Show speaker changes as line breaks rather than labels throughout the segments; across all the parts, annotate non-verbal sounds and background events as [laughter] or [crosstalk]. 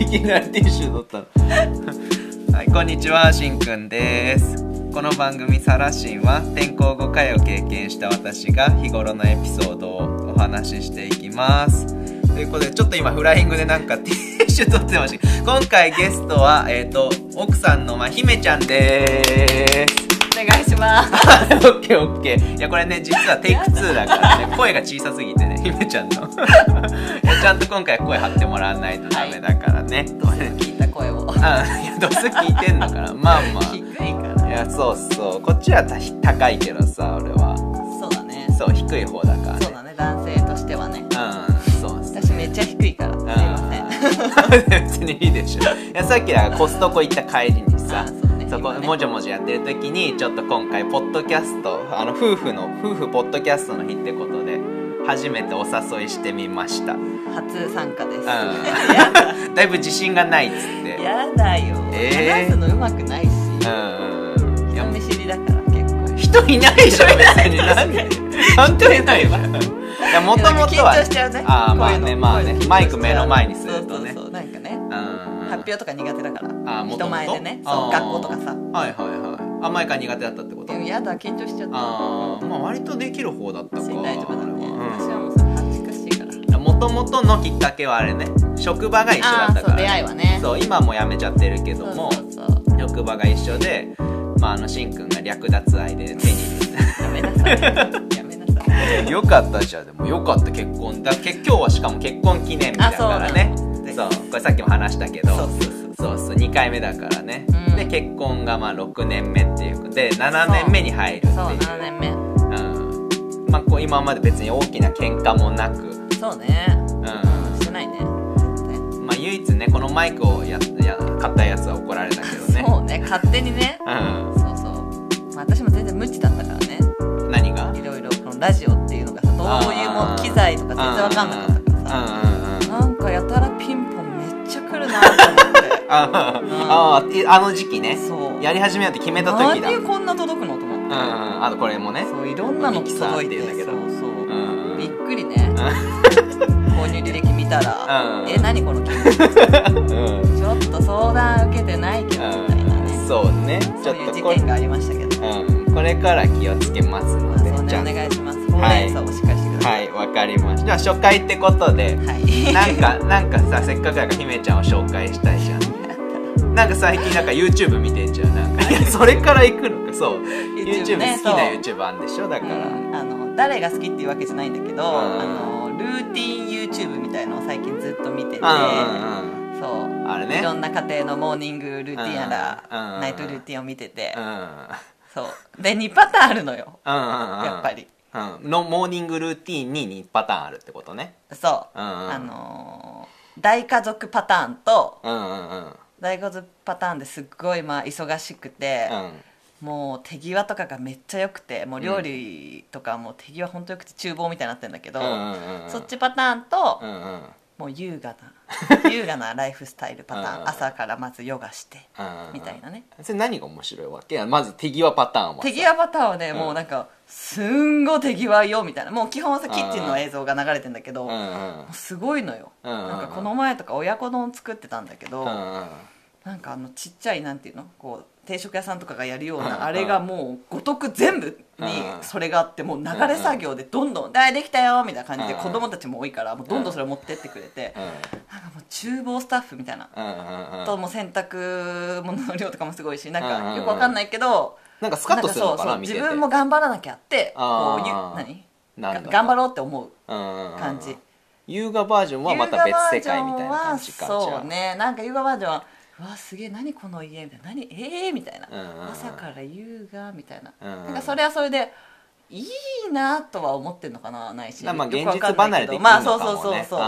いきなりティッシュ取ったの
はい、こんにちは、しんくんです。この番組サラシンは転校5回を経験した私が日頃のエピソードをお話ししていきます。ということで、ちょっと今フライングでなんか [laughs] ティッシュ取ってましたけど今回ゲストは、えっ、と、奥さんのまあひめちゃんです。
お願いします。
オッケーオッケー。いや、これね、実はテイク2だからね、声が小さすぎてね、ひめちゃんの。 [laughs] いやちゃんと今回声張ってもらわないとダメだからね。
聞いた声を。
あいやどうせ聞いてんの
[laughs]
かなまあま
低
あ
いから。
いやそうそうこっちはた高いけどさ俺は
そうだね。
そう低い方だから
そうだね。男性としてはね。
うんそうす
私めっちゃ低いから。すいません。
せん [laughs] 別にいいでしょいやさっきだからコストコ行った帰りにさ
あそうね
そこ
今ね
もじゃもじゃやってる時にちょっと今回ポッドキャストあの夫婦の夫婦ポッドキャストの日ってことで初めてお誘いしてみました、
[laughs]
うん、
初参加で
[laughs]
す。
だいぶ自信がないっつって
やだよ。
えー
話すの上手くないし。
うんいや
人見知りだから結構。
人いないでしょ別になんで本当にいない [laughs] わいやもともとは
緊張しちゃうね。
ああまあ
こうい
ね
うの
まあね
こういうの
マイク目の前にするとね
そうそうそうなんかね。
発
発表とか苦手だから。
あーもともと
人前でね。
あ
そう
ー
学校とかさ。
はいはいはいあマイクが苦手だったってこと
でもやだ緊張しちゃった。
ああまあ割とできる方だったか
信頼とかだね。私は
も
もうそれ恥ずかしいから。
ともとのきっかけはあれね職場が一緒だ
あ
っ
あ
た
ーそ
か
う出会い
ら
はね。
そう今もう辞めちゃってるけど
そう
も
そうそう。
職場が一緒でまああのしんくんが略奪愛で手に
やめなさい。やめなさい。
よかったじゃんでもよかった結婚だけ今日はしかも結婚記念日だからね
あそ
そう
う
これさっきも話したけど
そうそう
そうそう2回目だからね、
うん
で結婚がまあ6年目っていうで7年目に入るっていう
そう、7年目。
うんまあ、こう今まで別に大きな喧嘩もなく、
そうね。
うん
うん、してないね。絶対
まあ、唯一ねこのマイクをやや買ったやつは怒られたけどね
そうね、勝手にね。
うん
そうそう。まあ、私も全然無知だったからね。
何が
いろいろ、このラジオっていうのがさ、どういうも
あー
ん機材とか全然わかんなかったからさ。
うんうんうんうん
なんかやたらピンポンめっちゃ来るなと思って。
あ
ん
ああいあの時期ね
そう。
[laughs] やり始めようって決めた時だ
何こんな届くのと
う
思
ん
っ
う
て。
んあとこれもね
そう、いろんなの届い
ミキサーってい
て。
うんだけど
そうそう。
うん
びっくりね。購入履歴見たら、
うん
え、何この機材
うん
ちょっと相談受けてないけどみたいなね。
そうねち
そ
ょ
ういう
っと
事
これ
件がありましたけど。
うんこれから気をつけます
ま
の
あ、
で
そう
じ
ね
ゃ
お
あ
願いします。ほうれん草をしっかりしてくださ。
はいいわかりましたじゃあ初回ってこと
[laughs]
で
はい。
なんかなんかさせっかくだから姫ちゃんを紹介したいじゃ
[laughs]
んなんか最近なんか YouTube 見てんじゃんなんかいやそれから行くのかそう YouTube,
YouTube ね
好きな
そう
YouTube あんでしょだから、
うんあの誰が好きっていうわけじゃないんだけど、
ん
あのルーティン YouTube みたいのを最近ずっと見てて、
うんうんうん
そう。
あれね
いろんな家庭のモーニングルーティンやら、
うん
ナイトルーティンを見てて、
うん
そう。で2パターンあるのよ。
うんうんうん
やっぱり。
うん、のモーニングルーティンに2パターンあるってことね
そう。
うんうん
あのー大家族パターンと
うんうんうん
大家族パターンですっごいまあ忙しくて。
うん
もう手際とかがめっちゃ良くてもう料理とかもう手際ほんと良くて厨房みたいになってるんだけど、
うんうんうん
そっちパターンと、
うんうん
もう優雅
[laughs]
な優雅なライフスタイルパターン、
うん
朝からまずヨガして、
うん
みたいなね
それ何が面白いわけまず手際パターンは
手際パターンはね、
うん
もうなんかすんごい手際よみたいなもう基本はさ
うん
キッチンの映像が流れてんだけ
う
ど、
ん
も
うん
うすごいのよ、
うん
なんかこの前とか親子丼作ってたんだけど、
うんうん
なんかあのちっちゃいなんていうのこう定食屋さんとかがやるよう
うん
なあれがもうごとく全部に
うん
それがあってもう流れ作業でどんどん「あできたよ」みたいな感じで
うん
子供たちも多いからもうどんどんそれを持ってってくれてなんかもう厨房スタッフみたいな
うんうんうん
ともう洗濯物の量とかもすごいしなん
うんうんう
か
ん
よくわかんないけど
なんかスカッとするのか
んかそう
な
そう
見て
自
て
分も頑張らなきゃってこ
あ
ういう
ー
何
なんだ
頑張ろうって思う
感
感じ
優雅バージョンはまた別世界みたいな感じか
優雅バ
じゃ
ージョンは
あ
そうねなんか優雅バージョンは「うわすげえ何この家」みたいな「何ええー」みたいな、
うんうんうん
朝から優雅みたいな、
うんうん
なんかそれはそれでいいなとは思ってんのかなないし
まあまあ現
よくわ
実
かんな
離
い
れ
け
でき
ど
るの
まあ
か
そうそう
も
そう
ね
そう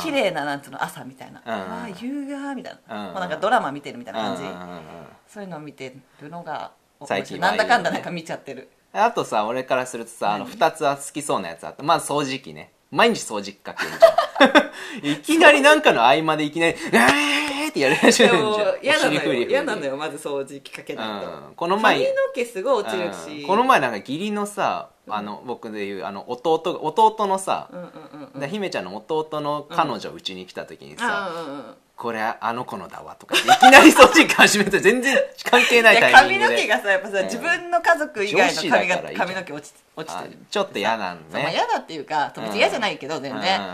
綺麗ななんつうの朝みたいな、
うんうんうん
わあ優雅みたいな、
うんうん
もうなんかドラマ見てるみたいな感じ、
うんうんうんうん
そういうのを見てるのが面白い
最近は
ない
い
ん
よ
だ
ね
かんだなんか見ち
[laughs]
ゃってる
あとさ俺からするとさあの2つは好きそうなやつあったまあ掃除機ね毎日掃除機かけるじ
[laughs]
ゃんいきなりなんかの合間でいきなり「えー!」ってやり始めるじゃんお尻フリフリ
よまず掃除機かけ
うんこの前
毛すご
う
い
んこの前なんか義理のさあの僕でいうあの弟が弟のさ、
うんうんうんうん
で姫ちゃんの弟の彼女うちに来た時にさ、
うんうんうん
これあの子のだわとかっていきなり掃除機始めて全然関係ない
いや
タイミン
髪
グ
の
で
毛がさやっぱさ、
うん
自分の家族以外
女
の髪
子だか
が
らいいじゃん
髪の毛落ち落ちてる
あちょっと嫌なん
そうまあ
ね
嫌だっていうか別に嫌じゃないけど全然、
うん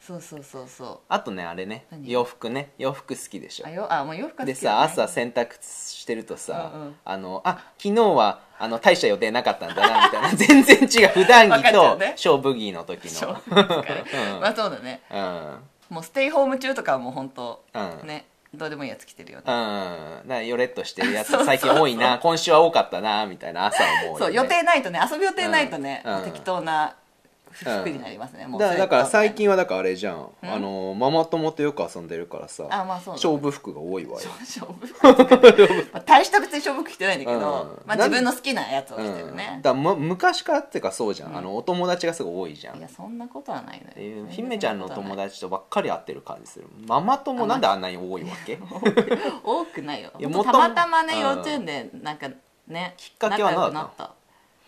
そうそうそうそ
あとねあれね
何
洋服ね洋服好きでし
う
ょ
あよあもう洋服が好き
で
だ
さ
ね
朝洗濯してるとさ、
うんうん
あのあ昨日はあの大した予定なかったんだなみ [laughs] たいな全然違う普段
わか
着
っちゃ
と
うね
勝負着の時
そう
[laughs] の
ですかね
うん
まあそうだね
うん
もうステイホーム中とかはもう本当、
うん
ねどうでもいいやつ着てるよね
うん、なよれっとしてるやつ
[laughs] そうそうそ
最
う
近多いな今週は多かったなみたいな朝思うよ
そう
ね
予定ないとね遊び予定ないとね、
うん
もう適当な服になりますね、もう
だ
そ
から
れと
だから最近はだからあれじゃん、
ん
あのママ友とよく遊んでるからさ
あまあそうだね
勝負服が多いわよ
勝負服
[laughs]
まあ大した別に勝負服着てないんだけど、
うん
まあ、自分の好きなやつを着てる
う
ね
ん、だからむ昔からっていうかそうじゃん、あのお友達がすごい多いじゃん
いやそんなことはないのよ、
っていう
全然
姫ちゃんの
そな
友
ことは
達とばっかり会ってる感じするママ友なんであんなに多いわ
[laughs]
けき
ない多くないよ
いや
ほん
元
とた
々
またまね
うん
幼稚園でなんかねき
っかけは何だったの
た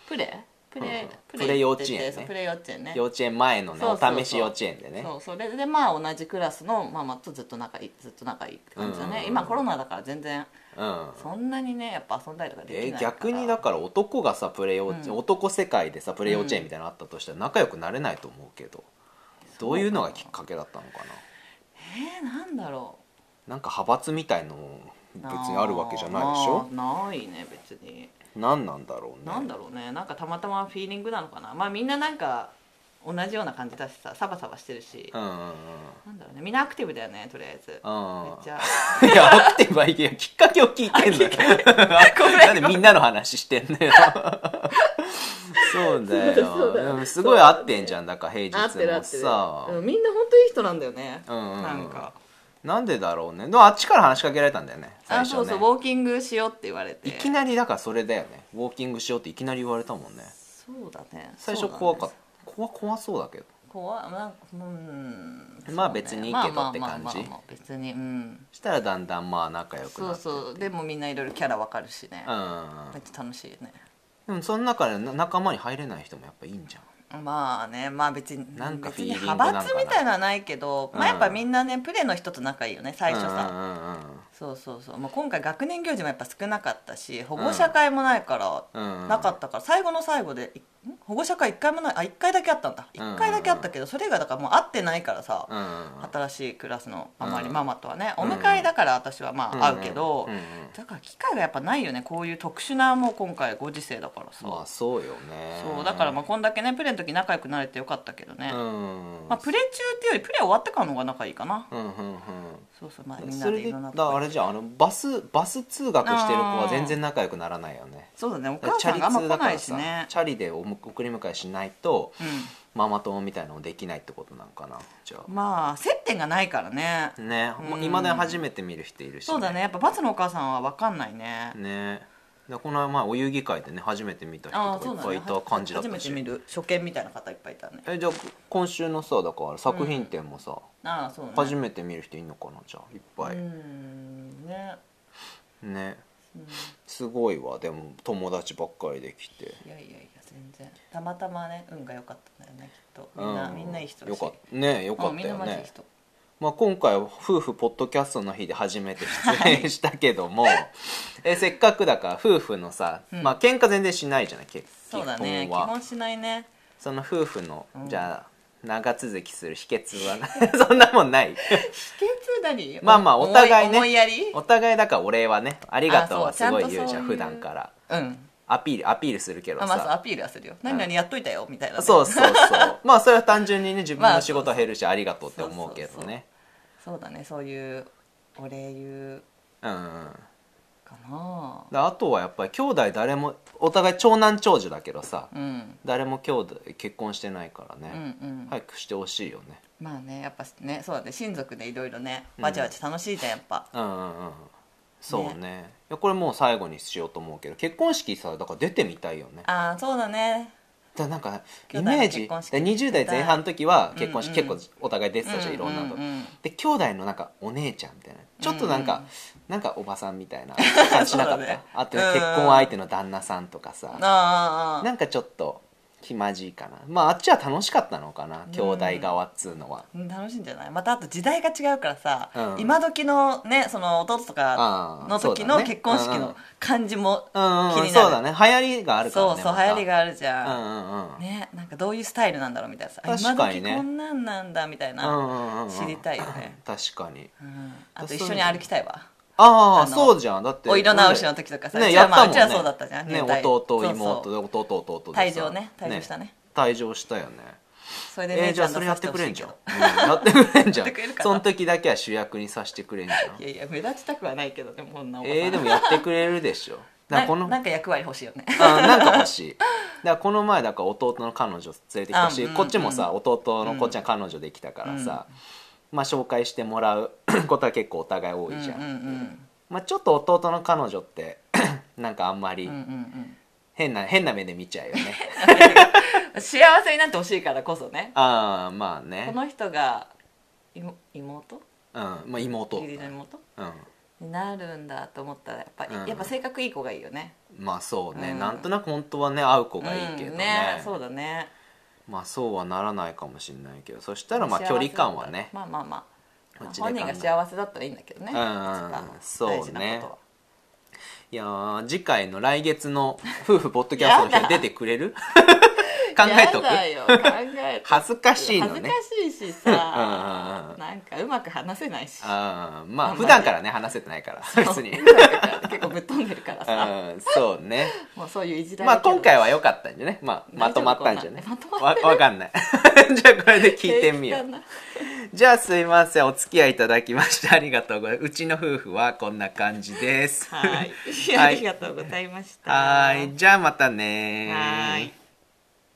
プレプレ、
うん
プ
プレ幼稚園ね
行っててそうプレ幼稚園ね
幼稚園前のね
そうそうそう
お試し幼稚園でね
そうそれでまあ同じクラスのママとずっと仲いいずっと仲いいって感じだ
う
ね、
んうんうん
今コロナだから全然
うん
そんなにねやっぱ遊んだりとかできない
え
から
逆にだから男がさプレ幼稚園、
うん
男世界でさプレ幼稚園みたいなのあったとしたら仲良くなれないと思うけど、どういうのがきっかけだったのかな
えー、なんだろう
なんか派閥みたいの別にあるわけじゃないでしょ
なないね別に
何なんだろうね
なんだろうねなんかたまたまフィーリングなのかなまあみんななんか同じような感じだしさサバサバしてるし、
うんうんうん
なんだろうねみんなアクティブだよねとりあえず、
うん
めっちゃ
いや、アクティブはいいよ。きっかけを聞いてんだよ。なんでみんなの話してんのよ。そうだ
そうだそうだ
よ。うんすごい合ってんじゃん。だから平
合
日もさ。
うんみんな本当いい人なんだよね、
うんうんうん
なんか
なんでだろうね。でもあっちから話しかけられたんだよね。最
あ
初ね。
そうそうウォーキングしようって言われて
いきなりだからそれだよね。ウォーキングしようっていきなり言われたもんね。
そうだね
最初怖かっ
そうだね
た。怖怖そうだけど。
怖いなんかうん
まあ
そうね
別にいいけどって感じ
まあまあまあまあ別にうん
したらだんだんまあ仲良く
そ
な
う
って。
そうでもみんないろいろキャラわかるしね
うんうんうん
めっちゃ楽しいね
でもその中でな仲間に入れない人もやっぱいいんじゃん。
まあねまあ別に
なんかフ
別
ィー
に
リングなのかな
派閥みたいのはないけどまあやっぱみんなねプレーの人と仲いいよね最初
う
さ
んうんうんうん
そうそうそうもう今回学年行事もやっぱ少なかったし保護者会もないから
うんうん
なかったから最後の最後でいん保護者会1回もないあ1回だけあったんだ1回だけあったけどそれ以外だからもう会ってないからさ
うんうんうん
新しいクラスのあまり
うん
ママとはね、
ん
お迎えだから私はまあ会うけど、
うんうんうん
だから機会がやっぱないよねこういう特殊なもう今回ご時世だからさ、
まあそうよね
そうだからまあこんだけねプレーの時仲良くなれてよかったけどね、
うん
まあ、プレー中っていうよりプレー終わってからの方が仲いいかな、
うんうん
そうそうまあ
うん
みんな
そ
で
れ
い
で
ろんな
だ
と
か
こ
らあれじゃんあのバスバス通学してる子
あ
は
ー
全然仲良くならないよね
そうだねお
だから
母
チャ
さん
リ
があんま
通だ
来
か
ない
ら
し
さ、
ね
チャリでおむ送り迎えしないと
う
ママ友みたいなのもできないってことなんかなじゃ
んまあ接点がないからね
あね
うん
いまだに初めて見る人いるし
そうだねやっぱバツのお母さんは分かんないね
ねだからこの前お遊戯会でね初めて見た
ああ
人
そう
と
だ
かい
ね
っぱいいた感じだっ
初
た
め
して
見る初見みたいな方いっぱいいたね
えじゃあ今週のさだから作品展もさ、
ああそうね
初めて見る人いんのかなじゃあいっぱい、
うんね
ね
うん
すごいわでも友達ばっかりできて
いやいやいや全然たまたまね運が良かったんだよねきっとみんな、
う
みんないい人だし
よかったねよか
うん
っ
み
た
んな
よ
マジいい
ね、
人
まあ、今回は夫婦ポッドキャストの日で初めて出演したけども、 [laughs] えせっかくだから夫婦のさ、
うん
まあ喧嘩全然しないじゃない結基
そう
本
だね基
は
本しないね
その夫婦の、
うん
じゃあ長続きする秘訣はな [laughs] そんなもん
[laughs]
ない
秘訣何
まあまあお互いね
思いやり
お互いだからお礼はねありがとうは
あ
す
そう
ごい
ちゃんと
言うじゃん
そう
普
いう
段から
うん
アピールアピールするけど
ま
さ、
あまずアピールはするよ何々やっといたよみたいなね
そうそうそう
[laughs]
まあそれは単純にね自分
ま
の
あ
仕事は減るしありがとうって思うけどね
そうだねそういうお礼言う
うんうん
かな
であとはやっぱり兄弟誰もお互い長男長女だけどさ
うん
誰も兄弟結婚してないから
うん
ね、
うん、
早くしてほしいよね
まあねやっぱねそうだね親族でいろいろねわちゃわちゃ楽しいじゃんやっぱ、
うんうんうんそうねいやこれもう最後にしようと思うけど結婚式さだから出てみたいよね
ああそうだね
だなんかイ
兄弟の
メージ
結婚式
で20代前半の時は結婚式
うん
結
うん
構お互い出てたじゃんいろんなと
うんうんうん
で兄弟のなんかお姉ちゃんみたいなちょっとなんか、なんかおばさんみたいな感じしなか
[laughs] そ
っ
う
た、
だね
あと、
うん
結婚相手の旦那さんとかさ
ああああ
なんかちょっと暇じいかなまああっちは楽しかったのかな兄弟側っつうのは、
うん楽しいんじゃないまたあと時代が違うからさ、
うん
今時のねその弟とかの
あ
時
ーそうだ
の
ね
結婚式
うんう
の
ん
感じも気
うんうん
になる、
そうだね流行りがあるからね
そうそう
また
流行りがあるじゃん、
うんうんうん、
ねなんかどういうスタイルなんだろうみたいなさあ
確かにね
今時こんなんなんだみたい
うん
な、
うんうんうん
知りたいよね
確かに
うんあと一緒に歩きたいわ
あ
あ
あ
の
そうじゃんだって
お色直しの時とかさ
ね
うちは
やっ
ま
た
あ
もんね
うちはそうだったじゃん
ね
入隊
弟
そうそう
妹で弟弟弟
退場ね退場したね
退場したよね
それで
えー
姉
じ
ち
ゃ
ゃ
あ
ん
そ
と
れや
さ
っ
せ
て
て
く
ほ
れ
し
ん
い
じ
け
ゃんうんや
ど
ってくれんじゃん
やってくれるかな
その時だけは主役にさせてくれんじゃん
[laughs] いやいや目立ちたくはないけどでもこんなおばさん
えーでもやってくれるでしょだから
な
この
なんか役割欲しいよね
あなんか欲しいだからこの前だから弟の彼女連れてきたし、
あうん
こっちもさ弟のこっちは彼女できたからさ、まあ紹介してもらう [coughs] ことは結構お互い [laughs] 多いじゃん、
うんうん
まあ、ちょっと弟の彼女って [coughs] なんかあんまり
うんうんうん
変な、変な目で見ちゃうよね
うん幸せになってほしいからこそね
ああまあ
こ
ね
の人が妹妹
うんまあ妹
義理の妹
うん
になるんだと思ったらやっぱり、
うん
やっぱ性格いい子がいいよね
まあそうね、
うん
なんとなく本当はね会う子がいいけどね,、
うんそうだね
まあそうはならないかもしれないけどそしたらまあ距離感はね
幸せだったらまあまあまあ、ま
う
あ
ちで考え
本人が幸せだったらいいんだけどね
うんうんうんそうねいやー次回の来月の夫婦ポッドキャストの日に出てくれる [laughs] 考えとく
考え
[laughs]
とく
恥ずかしいのね
恥ずかしいし
[laughs] うんうん
さ
うん
なんかうまく話せないし
あー
あん
まあ
まり
普段からね話せてないから別に
うまくなん [laughs] か結構ぶっ飛んでるからさ
うんそうね
もうそういういじられ
まあ今回
は
は良かったんじゃね、まあ、まとまったんじゃね
大丈夫かな
わわかんない [laughs] じゃあこれで聞いてみようじゃあすいませんお付き合いいただきましてありがとうございますうちの夫婦はこんな感じです
はい
[laughs] は
[laughs] あ
い
りがとうございました
はーいじゃあまたねー
はーい